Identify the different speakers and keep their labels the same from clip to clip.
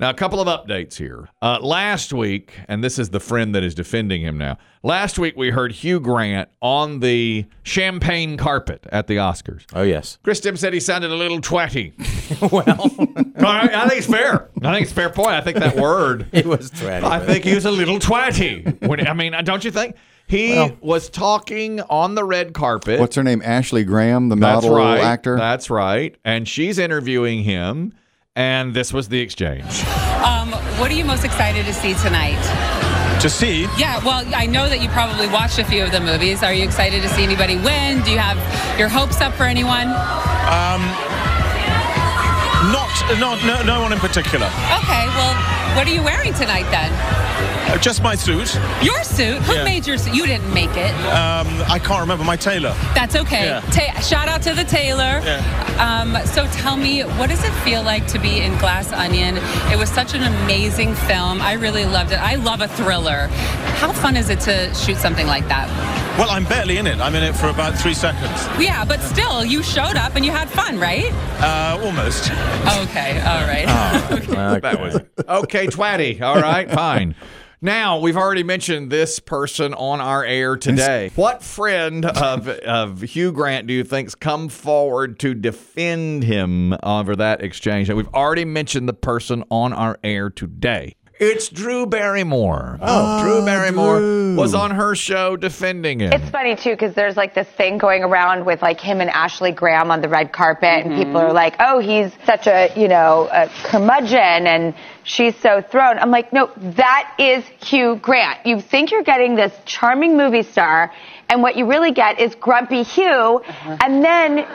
Speaker 1: Now, a couple of updates here. Uh, last week, and this is the friend that is defending him now. Last week, we heard Hugh Grant on the champagne carpet at the Oscars.
Speaker 2: Oh yes.
Speaker 1: Chris Tim said he sounded a little twatty. well, I, I think it's fair. I think it's a fair point. I think that word.
Speaker 2: It was tragic.
Speaker 1: I think he was a little twatty. When, I mean, don't you think? He was talking on the red carpet.
Speaker 3: What's her name? Ashley Graham, the
Speaker 1: That's
Speaker 3: model
Speaker 1: right.
Speaker 3: actor.
Speaker 1: That's right. And she's interviewing him. And this was the exchange.
Speaker 4: Um, what are you most excited to see tonight?
Speaker 5: To see,
Speaker 4: Yeah, well, I know that you probably watched a few of the movies. Are you excited to see anybody win? Do you have your hopes up for anyone?
Speaker 5: not, not no, no one in particular.
Speaker 4: Okay, well, what are you wearing tonight then?
Speaker 5: Uh, Just my suit.
Speaker 4: Your suit? Who
Speaker 5: Yeah.
Speaker 4: made your suit? You didn't make it.
Speaker 5: Um, I can't remember my tailor.
Speaker 4: That's okay.
Speaker 5: Yeah.
Speaker 4: Ta- shout out to the tailor.
Speaker 5: Yeah.
Speaker 4: Um, so tell me, what does it feel like to be in Glass Onion? It was such an amazing film. I really loved it. I love a thriller. How fun is it to shoot something like that?
Speaker 5: Well, I'm barely in it. I'm in it for about three seconds,
Speaker 4: Yeah, but still, you showed up and you had fun, right?
Speaker 5: uh, almost.
Speaker 4: Okay, all right.
Speaker 2: Uh,
Speaker 1: That was okay, twatty. All right, fine. Now we've already mentioned this person on our air today. What friend of of Hugh Grant do you think's come forward to defend him over that exchange? And we've already mentioned the person on our air today. It's Drew Barrymore. Oh, Drew Barrymore was on her show defending him.
Speaker 6: It's funny too because there's like this thing going around with like him and Ashley Graham on the red carpet, and people are like, "Oh, he's such a you know a curmudgeon," and she's so thrown. I'm like, no, that is Hugh Grant. You think you're getting this charming movie star, and what you really get is grumpy Hugh, and then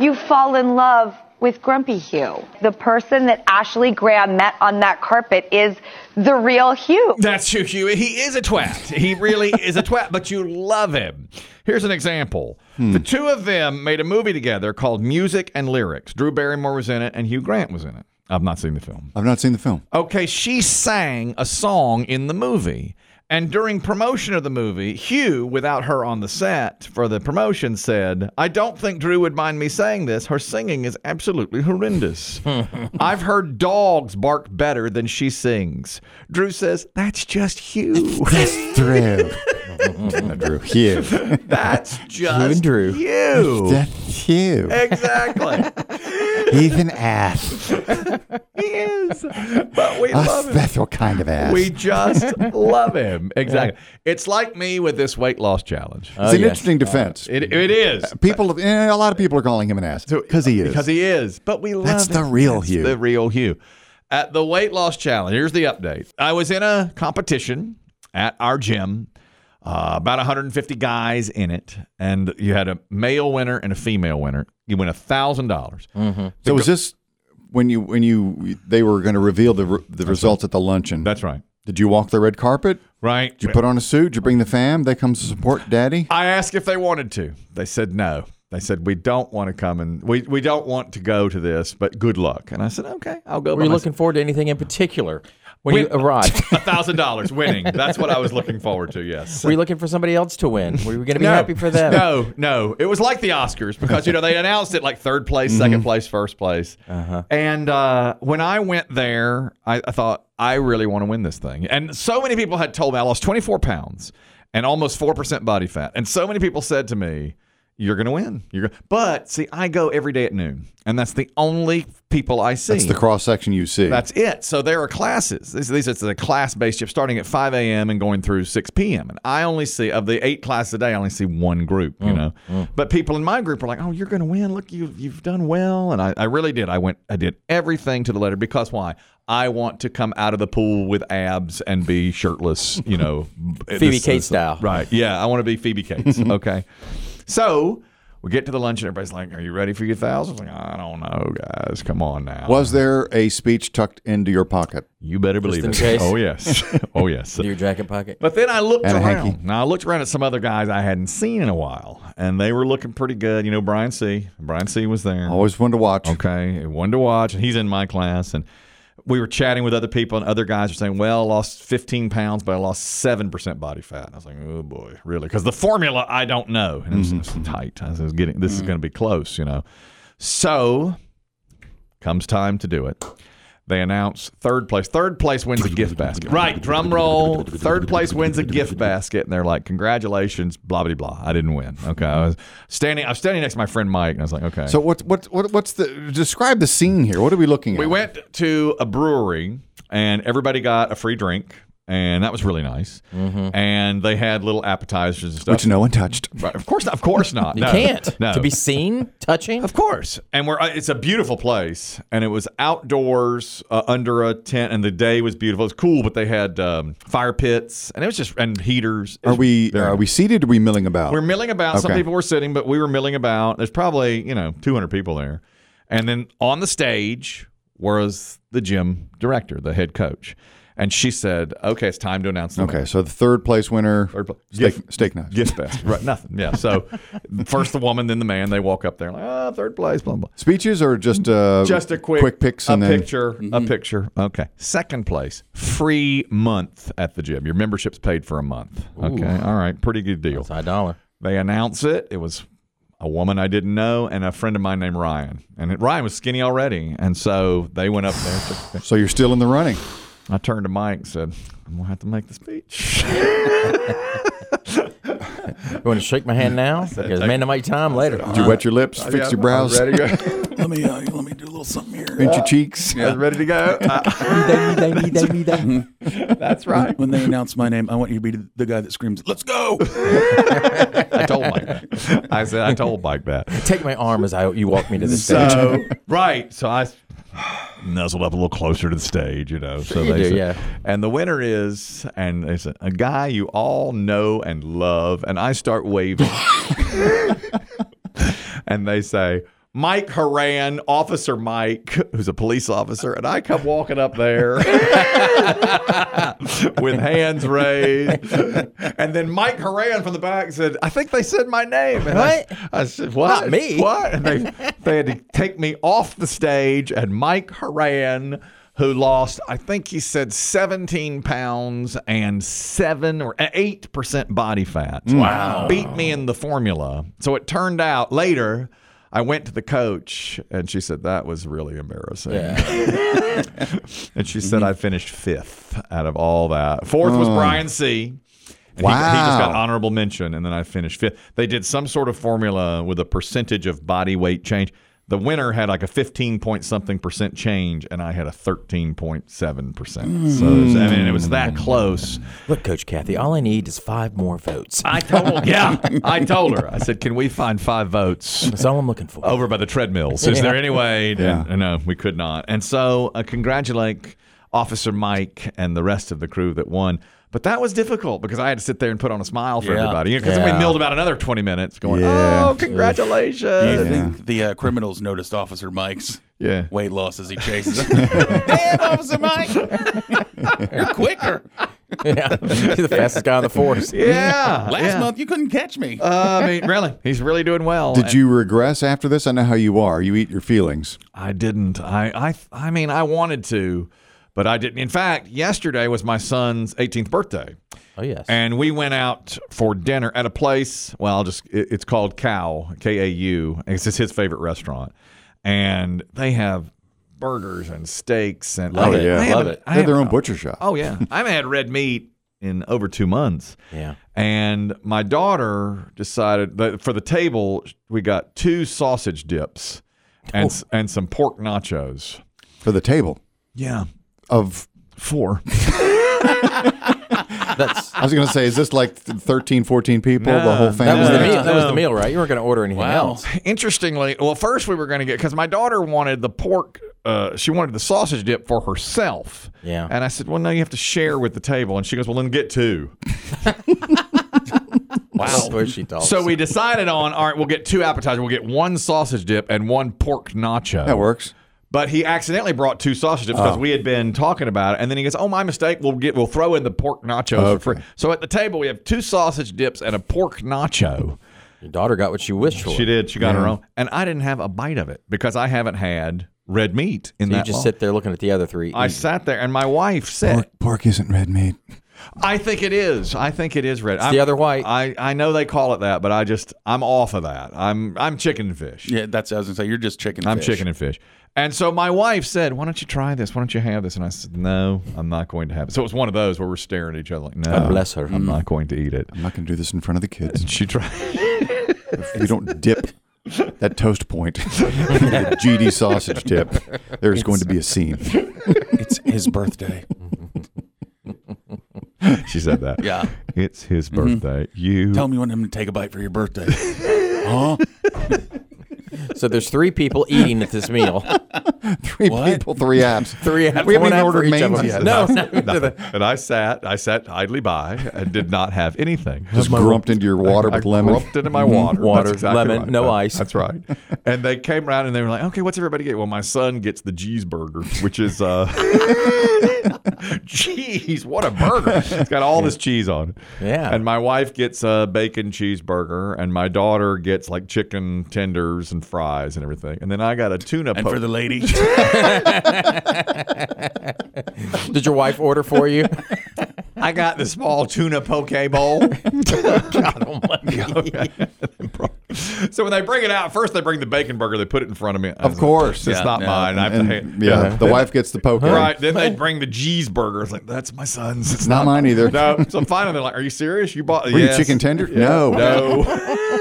Speaker 6: you fall in love with Grumpy Hugh. The person that Ashley Graham met on that carpet is the real Hugh.
Speaker 1: That's Hugh Hewitt. He is a twat. He really is a twat, but you love him. Here's an example. The two of them made a movie together called Music and Lyrics. Drew Barrymore was in it and Hugh Grant was in it. I've not seen the film.
Speaker 3: I've not seen the film.
Speaker 1: Okay, she sang a song in the movie. And during promotion of the movie, Hugh, without her on the set for the promotion, said, I don't think Drew would mind me saying this. Her singing is absolutely horrendous. I've heard dogs bark better than she sings. Drew says, That's just Hugh.
Speaker 3: Drew. Not Drew. Hugh.
Speaker 1: That's just
Speaker 2: Drew.
Speaker 1: you.
Speaker 3: That's Hugh.
Speaker 1: exactly.
Speaker 3: He's an ass.
Speaker 1: he is. But we
Speaker 3: A
Speaker 1: love him.
Speaker 3: special kind of ass.
Speaker 1: We just love him. Exactly. It's like me with this weight loss challenge.
Speaker 3: it's an
Speaker 2: yes.
Speaker 3: interesting defense.
Speaker 1: Oh, Uh, It, it is.
Speaker 3: people, eh, a lot of people are calling him an ass because he is.
Speaker 1: Because he is. But we love
Speaker 3: That's
Speaker 1: him.
Speaker 3: the real Hugh.
Speaker 1: The real Hugh. At the weight loss challenge, here's the update. I was in a competition at our gym, uh, about 150 guys in it, and you had a male winner and a female winner. You win a thousand dollars.
Speaker 3: so was this when you when you they were going to reveal the re- the results at the luncheon?
Speaker 1: That's right.
Speaker 3: Did you walk the red carpet?
Speaker 1: Right.
Speaker 3: Did you put on a suit? Did you bring the fam? They come to support daddy.
Speaker 1: I asked if they wanted to. They said no. They said we don't want to come and we, we don't want to go to this, but good luck. And I said okay, I'll go.
Speaker 2: Were
Speaker 1: by
Speaker 2: you
Speaker 1: myself."
Speaker 2: looking forward to anything in particular when you
Speaker 1: Win-
Speaker 2: arrived?
Speaker 1: a thousand dollars winning? That's what I was looking forward to. Yes.
Speaker 2: Were you looking for somebody else to win? Were you going to be happy for them?
Speaker 1: No, no. It was like the Oscars because you know they announced it like third place,
Speaker 2: Mm-hmm.
Speaker 1: second place, first place.
Speaker 2: Uh-huh.
Speaker 1: And uh, when I went there, I, I thought I really want to win this thing. And so many people had told me I lost 24 pounds and almost four percent body fat. And so many people said to me, "You're going to win." You're going. But see, I go every day at noon, and that's the only people I see.
Speaker 3: That's the cross section you see.
Speaker 1: That's it. So there are classes. These, these it's a class based shift starting at 5 a.m. and going through 6 p.m. And I only see of the eight classes a day, I only see one group.
Speaker 2: Mm,
Speaker 1: You know, but people in my group are like, "Oh, you're going to win. Look, you you've done well." And I, I really did. I went. I did everything to the letter because why? I want to come out of the pool with abs and be shirtless. You know,
Speaker 2: Phoebe Cates style.
Speaker 1: Right. Yeah. I want to be Phoebe Cates. okay. So. We get to the lunch and everybody's like, "Are you ready for your thousand? I was like, "I don't know, guys. Come on now."
Speaker 3: Was there a speech tucked into your pocket?
Speaker 1: You better believe
Speaker 2: in
Speaker 1: it.
Speaker 2: case.
Speaker 1: Oh yes. oh yes.
Speaker 2: In Your jacket pocket.
Speaker 1: But then I looked
Speaker 3: And a hanky.
Speaker 1: around. Now I looked around at some other guys I hadn't seen in a while, and they were looking pretty good. You know, Brian C. Brian C. was there.
Speaker 3: Always one to watch.
Speaker 1: Okay, one to watch, and he's in my class. And we were chatting with other people, and other guys were saying, "Well, I lost 15 pounds, but I lost seven percent body fat." And I was like, "Oh boy, really?" Because the formula I don't know, and it's it's tight. I was getting this is going to be close, you know. So comes time to do it. They announce third place. Third place wins a gift basket. Right, drum roll. Third place wins a gift basket, and they're like, "Congratulations, blah blah blah." I didn't win. Okay, I was standing. I was standing next to my friend Mike, and I was like, "Okay."
Speaker 3: So what, what what what's the describe the scene here? What are we looking at?
Speaker 1: We went to a brewery and everybody got a free drink, and that was really nice.
Speaker 2: Mm-hmm.
Speaker 1: And they had little appetizers and stuff.
Speaker 3: which no one touched.
Speaker 1: Right, Of course not. Of course not.
Speaker 2: You
Speaker 1: No.
Speaker 2: can't.
Speaker 1: No.
Speaker 2: To be seen, touching.
Speaker 1: Of course. And we're uh, it's a beautiful place and it was outdoors uh, under a tent and the day was beautiful. It was cool, but they had um, fire pits and it was just and heaters. It
Speaker 3: Are
Speaker 1: was
Speaker 3: we
Speaker 1: very
Speaker 3: are we seated? Or are we milling about?
Speaker 1: we're milling about. Some
Speaker 3: Okay.
Speaker 1: people were sitting, but we were milling about. There's probably, you know, 200 people there. And then on the stage was the gym director, the head coach. And she said, okay, it's time to announce the
Speaker 3: okay. So the third place winner,
Speaker 1: Third pla-
Speaker 3: steak,
Speaker 1: gift-
Speaker 3: steak knife.
Speaker 1: Gift basket. Right. Nothing. Yeah. So first the woman, then the man. They walk up there like, ah, third place, blah, blah.
Speaker 3: Speeches or just uh,
Speaker 1: Just a quick,
Speaker 3: quick picks
Speaker 1: a
Speaker 3: and then
Speaker 1: picture, a picture. Okay. Second place, free month at the gym. Your membership's paid for a month. Okay. All right. Pretty good deal.
Speaker 2: It's a dollar.
Speaker 1: They announce it. It was a woman I didn't know and a friend of mine named Ryan. And it, Ryan was skinny already. And so they went up there. took-
Speaker 3: So you're still in the running.
Speaker 1: I turned to Mike and said, I'm going to have to make the speech.
Speaker 2: You want to shake my hand now? Because man, that might be time later.
Speaker 3: Did you wet your lips, fix your brows,
Speaker 1: Uh, Ready to go.
Speaker 7: Let me uh, let me do a little something here.
Speaker 3: pinch your cheeks?
Speaker 1: I was ready to go. Uh, that's right.
Speaker 7: When they announce my name, I want you to be the guy that screams, "Let's go!"
Speaker 1: I told Mike that. I said, I told Mike that.
Speaker 2: Take my arm as I you walk me to the stage.
Speaker 1: So right, so I nuzzled up a little closer to the stage, you know. So
Speaker 2: You
Speaker 1: they
Speaker 2: do,
Speaker 1: said-
Speaker 2: yeah.
Speaker 1: And the winner is, and they said, a guy you all know and love, and I start waving, and they say. Mike Haran, Officer Mike, who's a police officer, and I come walking up there with hands raised. And then Mike Haran from the back said, I think they said my name. And I-
Speaker 2: What?
Speaker 1: I said, What?
Speaker 2: Not me.
Speaker 1: What? And they, they had to take me off the stage, and Mike Haran, who lost, I think he said 17 pounds and seven or 8% body fat.
Speaker 2: Mm.
Speaker 1: Wow. Beat me in the formula. So it turned out later. I went to the coach and she said that was really embarrassing. and she said I finished fifth out of all that. Fourth was Brian C. And he- He, just got
Speaker 3: Wow.
Speaker 1: honorable mention, and then I finished fifth. They did some sort of formula with a percentage of body weight change. The winner had like a 15 point something percent change, and I had a 13.7 percent. So, it was- I mean, it was that close.
Speaker 2: Look, Coach Kathy, all I need is five more votes.
Speaker 1: I told, yeah, I told her. I said, "Can we find five votes?"
Speaker 2: That's all I'm looking for.
Speaker 1: over by the treadmills. Is there any way? to-
Speaker 3: Yeah.
Speaker 1: No, we could not. And so, uh, congratulate Officer Mike and the rest of the crew that won. But that was difficult because I had to sit there and put on a smile for
Speaker 7: Yeah.
Speaker 1: everybody because we
Speaker 2: Yeah.
Speaker 1: milled about another 20 minutes going,
Speaker 3: Yeah.
Speaker 1: oh, congratulations.
Speaker 7: Do you think the uh, criminals noticed Officer Mike's
Speaker 1: Yeah.
Speaker 7: weight loss as he chases? Damn, Officer Mike, you're quicker.
Speaker 2: yeah. He's the fastest guy on the force.
Speaker 1: Yeah.
Speaker 7: Last
Speaker 1: yeah.
Speaker 7: month you couldn't catch me.
Speaker 1: Uh, I mean, really, he's really doing well.
Speaker 3: Did you regress after this? I know how you are. You eat your feelings.
Speaker 1: I didn't. I, I I mean I wanted to, but I didn't. In fact, yesterday was my son's 18th birthday.
Speaker 2: Oh yes.
Speaker 1: And we went out for dinner at a place. Well, I'll just it- it's called Cow K A U. It's just his favorite restaurant, and they have burgers and steaks and
Speaker 2: Love
Speaker 1: I-
Speaker 2: it.
Speaker 1: I
Speaker 2: Love
Speaker 1: haven't-
Speaker 2: it.
Speaker 1: I
Speaker 3: They have their
Speaker 1: haven't-
Speaker 3: own butcher shop.
Speaker 1: Oh yeah, I haven't had red meat in over two months.
Speaker 2: Yeah.
Speaker 1: And my daughter decided that for the table we got two sausage dips
Speaker 2: Oh.
Speaker 1: and s and some pork nachos.
Speaker 3: for the table
Speaker 1: Yeah,
Speaker 3: of.
Speaker 1: four.
Speaker 2: That's
Speaker 3: I was going to say, is this like th- 13, 14 people? the whole
Speaker 2: that
Speaker 3: family.
Speaker 2: was the meal. That was
Speaker 1: uh,
Speaker 2: the meal, right? You weren't going to order anything
Speaker 7: Wow.
Speaker 2: else.
Speaker 1: Interestingly, well, first we were going to get because my daughter wanted the pork. Uh, she wanted the sausage dip for herself.
Speaker 2: Yeah.
Speaker 1: And I said, "Well, no, you have to share with the table." And she goes, "Well, then get two.
Speaker 2: Wow. What she thought.
Speaker 1: So we decided on, all right, we'll get two appetizers. We'll get one sausage dip and one pork nacho.
Speaker 3: That works.
Speaker 1: But he accidentally brought two sausage dips because we had been talking about it, and then he goes, "Oh, my mistake. We'll get we'll throw in the pork nachos for free." So at the table we have two sausage dips and a pork nacho.
Speaker 2: your daughter got what she wished for.
Speaker 1: She did. She got her own, and I didn't have a bite of it because I haven't had red meat in
Speaker 2: So you
Speaker 1: that
Speaker 2: just
Speaker 1: long.
Speaker 2: sit there looking at the other three.
Speaker 1: I
Speaker 2: eating.
Speaker 1: sat there, and my wife said,
Speaker 3: Pork, pork isn't red meat.
Speaker 1: I think it is. I think it is red.
Speaker 2: the other white.
Speaker 1: I, I know they call it that, but I just I'm off of that. I'm I'm chicken and fish.
Speaker 7: Yeah, that's what I was gonna say. You're just chicken.
Speaker 1: I'm
Speaker 7: fish.
Speaker 1: chicken and fish. And so my wife said, "Why don't you try this? Why don't you have this?" And I said, "No, I'm not going to have it." So it was one of those where we're staring at each other like, "No,
Speaker 2: God bless her.
Speaker 1: I'm not going to eat it."
Speaker 3: I'm not going to do this in front of the kids.
Speaker 1: She tried.
Speaker 3: If you don't dip that toast point, the GD sausage dip, there's going to be a scene.
Speaker 7: It's his birthday.
Speaker 1: She said that.
Speaker 7: Yeah.
Speaker 1: It's his
Speaker 2: Mm-hmm.
Speaker 1: birthday. You
Speaker 7: Tell me when I'm gonna take a bite for your birthday. huh?
Speaker 2: So there's three people eating at this meal.
Speaker 3: Three
Speaker 7: What?
Speaker 3: people, three apps.
Speaker 2: Three apps,
Speaker 3: We haven't
Speaker 2: one
Speaker 3: even
Speaker 2: app for
Speaker 3: ordered
Speaker 2: each of
Speaker 3: mains
Speaker 2: them.
Speaker 3: yet.
Speaker 2: No,
Speaker 3: Just
Speaker 2: not even to the-
Speaker 1: and I sat, I sat idly by and did not have anything.
Speaker 3: grumped into your water
Speaker 1: I
Speaker 3: with lemon.
Speaker 1: grumped into my water.
Speaker 2: Water,
Speaker 1: That's exactly
Speaker 2: lemon,
Speaker 1: right.
Speaker 2: no
Speaker 1: That-
Speaker 2: ice.
Speaker 1: That's right. And they came around and they were like, okay, what's everybody get? Well, my son gets the cheeseburger, which is, uh, cheese, what a burger. It's got all this cheese on it.
Speaker 2: Yeah.
Speaker 1: And my wife gets a bacon cheeseburger and my daughter gets like chicken tenders and fries and everything. And then I got a tuna
Speaker 7: And
Speaker 1: poke.
Speaker 7: for the lady,
Speaker 2: Did your wife order for you?
Speaker 1: I got the small tuna poke bowl. so when they bring it out, first they bring the bacon burger, they put it in front of me. I was
Speaker 3: Of
Speaker 1: like,
Speaker 3: course.
Speaker 1: it's not
Speaker 7: yeah.
Speaker 1: mine. I have to hand-
Speaker 3: And, yeah, the wife gets the poke.
Speaker 1: Right. Then they bring the cheeseburger. It's like that's my son's. It's
Speaker 3: Not mine either.
Speaker 1: No. So finally they're like, "Are you serious? You bought
Speaker 3: Were you
Speaker 1: yes.
Speaker 3: chicken tender?
Speaker 1: Yeah.
Speaker 3: No.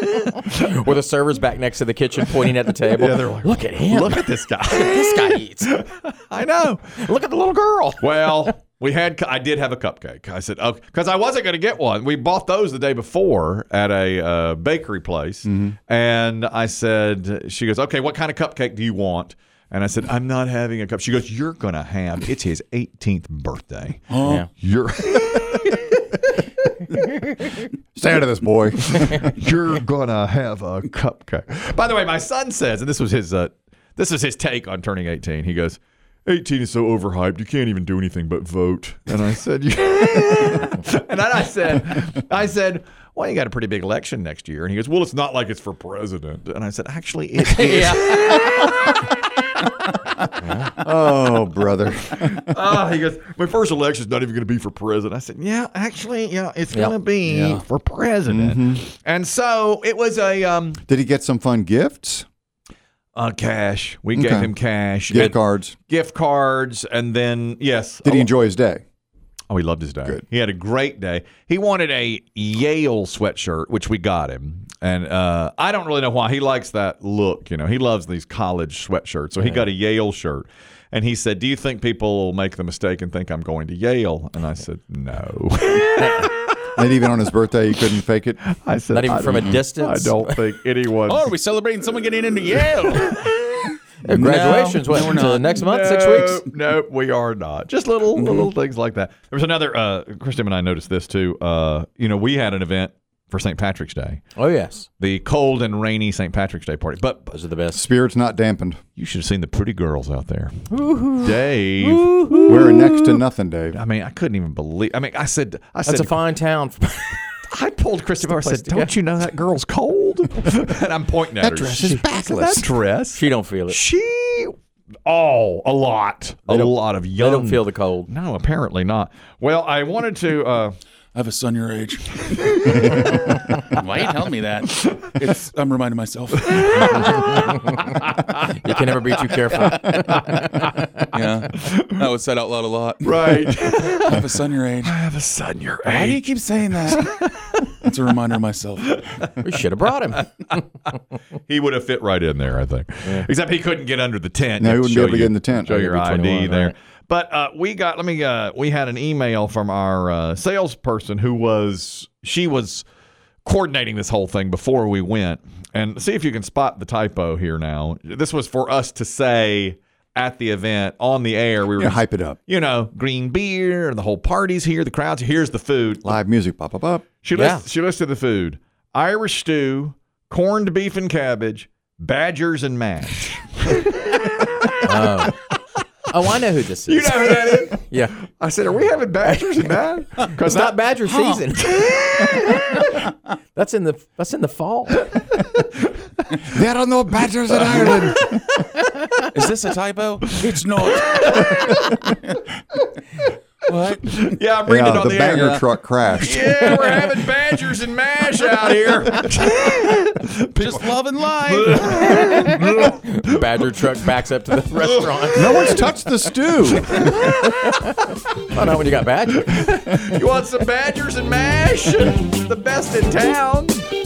Speaker 1: No.
Speaker 2: Were the servers back next to the kitchen pointing at the table?
Speaker 1: Yeah, they're like,
Speaker 2: look at him.
Speaker 1: Look at this guy.
Speaker 2: this guy eats.
Speaker 1: I know.
Speaker 2: Look at the little girl.
Speaker 1: Well, we had. cu- I did have a cupcake. I said, "Okay," because I wasn't going to get one. We bought those the day before at a uh, bakery place,
Speaker 2: Mm-hmm.
Speaker 1: and I said, "She goes, okay, what kind of cupcake do you want?" And I said, "I'm not having a cup." She goes, "You're going to have. It's his 18th birthday.
Speaker 2: Yeah.
Speaker 1: You're
Speaker 3: Stay out of this, boy.
Speaker 1: you're going to have a cupcake." By the way, my son says, and this was his uh, this was his take on turning 18. He goes. 18 is so overhyped. You can't even do anything but vote.
Speaker 3: and I said, you
Speaker 1: And then I said, I said, well, you got a pretty big election next year. And he goes, well, it's not like it's for president. And I said, actually, it is.
Speaker 2: Yeah.
Speaker 3: Oh, brother.
Speaker 1: Ah, he goes, my first election's not even going to be for president. I said, yeah, actually, yeah, it's going to be
Speaker 7: Yeah.
Speaker 1: for president. And so it was a um,
Speaker 3: Did he get some fun gifts?
Speaker 1: uh, cash. We gave
Speaker 3: Okay.
Speaker 1: him cash,
Speaker 3: Gift
Speaker 1: And-
Speaker 3: cards.
Speaker 1: gift cards, and then yes,
Speaker 3: Did
Speaker 1: oh,
Speaker 3: he enjoy his day?
Speaker 1: Oh, he loved his day.
Speaker 3: Good.
Speaker 1: He had a great day. He wanted a Yale sweatshirt, which we got him. And uh, I don't really know why he likes that look. You know, he loves these college sweatshirts. So he got a Yale shirt. And he said, "Do you think people will make the mistake and think I'm going to Yale?" And I said, "No."
Speaker 3: And even on his birthday, he couldn't fake it.
Speaker 1: I said,
Speaker 2: Not even
Speaker 1: "I
Speaker 2: from a
Speaker 1: don't-
Speaker 2: distance?
Speaker 1: I don't think anyone.
Speaker 7: oh, are we celebrating someone getting into Yale?
Speaker 2: Their graduations went
Speaker 7: no, we're
Speaker 2: to
Speaker 7: not.
Speaker 2: next month, six
Speaker 1: No,
Speaker 2: weeks. Mm-hmm.
Speaker 1: No, we are not. Just little little things like that. There was another. Uh, Christian and I noticed this too. Uh, you know, we had an event for St. Patrick's Day.
Speaker 2: Oh yes,
Speaker 1: the cold and rainy St. Patrick's Day party. But but
Speaker 2: those are the best.
Speaker 3: Spirit's not dampened.
Speaker 1: you should have seen the pretty girls out there. Dave,
Speaker 3: We're next to nothing, Dave.
Speaker 1: I mean, I couldn't even believe. I mean, I said, I said,
Speaker 2: That's a fine town.
Speaker 1: I pulled Christopher. I said,
Speaker 2: to go.
Speaker 1: "Don't you know that girl's cold?" and I'm pointing at her.
Speaker 3: dress is
Speaker 1: She-
Speaker 3: backless.
Speaker 1: That dress.
Speaker 2: she don't feel it.
Speaker 1: She. Oh, a lot, a lot of
Speaker 2: They
Speaker 1: young.
Speaker 2: don't feel the cold.
Speaker 1: No, apparently not. Well, I wanted to. Uh,
Speaker 7: I have a son your age. Why are you telling me that? It's, I'm reminding myself.
Speaker 2: You can never be too careful.
Speaker 7: Yeah, that was said out loud a lot.
Speaker 1: right.
Speaker 7: I have a son your age.
Speaker 1: I have a son your
Speaker 7: Why do
Speaker 1: age.
Speaker 7: you keep saying that? It's a reminder to myself.
Speaker 2: We should have brought him.
Speaker 1: He would have fit right in there, I think. Except he couldn't get under the tent.
Speaker 3: No, he
Speaker 1: You
Speaker 3: wouldn't be
Speaker 1: show
Speaker 3: able to
Speaker 1: you-
Speaker 3: get in the tent.
Speaker 1: Show
Speaker 3: He'd
Speaker 1: your
Speaker 3: be
Speaker 1: ID
Speaker 2: 21,
Speaker 1: there.
Speaker 2: right.
Speaker 1: But uh, we got. Let me. Uh, we had an email from our uh, salesperson who was. She was coordinating this whole thing before we went, and see if you can spot the typo here. Now, this was for us to say at the event on the air. We were
Speaker 3: You know,
Speaker 1: just,
Speaker 3: hype it up.
Speaker 1: You know, green beer. The whole party's here. The crowds. Here's the food.
Speaker 3: Live music, pop, pop, pop.
Speaker 1: She
Speaker 2: Yeah.
Speaker 1: lists, she listed the food: Irish stew, corned beef and cabbage, badgers and mash.
Speaker 2: Oh. oh, I know who this is.
Speaker 1: you know who that is?
Speaker 2: yeah,
Speaker 1: I said, "Are we having badgers and mash?" Because
Speaker 2: it's not Badger season. that's in the that's in the fall.
Speaker 3: There are no badgers in Ireland.
Speaker 7: Is this a typo? It's not.
Speaker 2: What?
Speaker 1: Yeah, I'm reading it
Speaker 3: yeah,
Speaker 1: on
Speaker 3: the,
Speaker 1: the, air.
Speaker 3: banger truck crashed.
Speaker 1: Yeah, we're having badgers and mash out here.
Speaker 7: Just loving life.
Speaker 2: Badger truck backs up to the restaurant.
Speaker 3: No one's touched the stew.
Speaker 2: Oh, not when you got Badger.
Speaker 1: You want some badgers and mash? The best in town.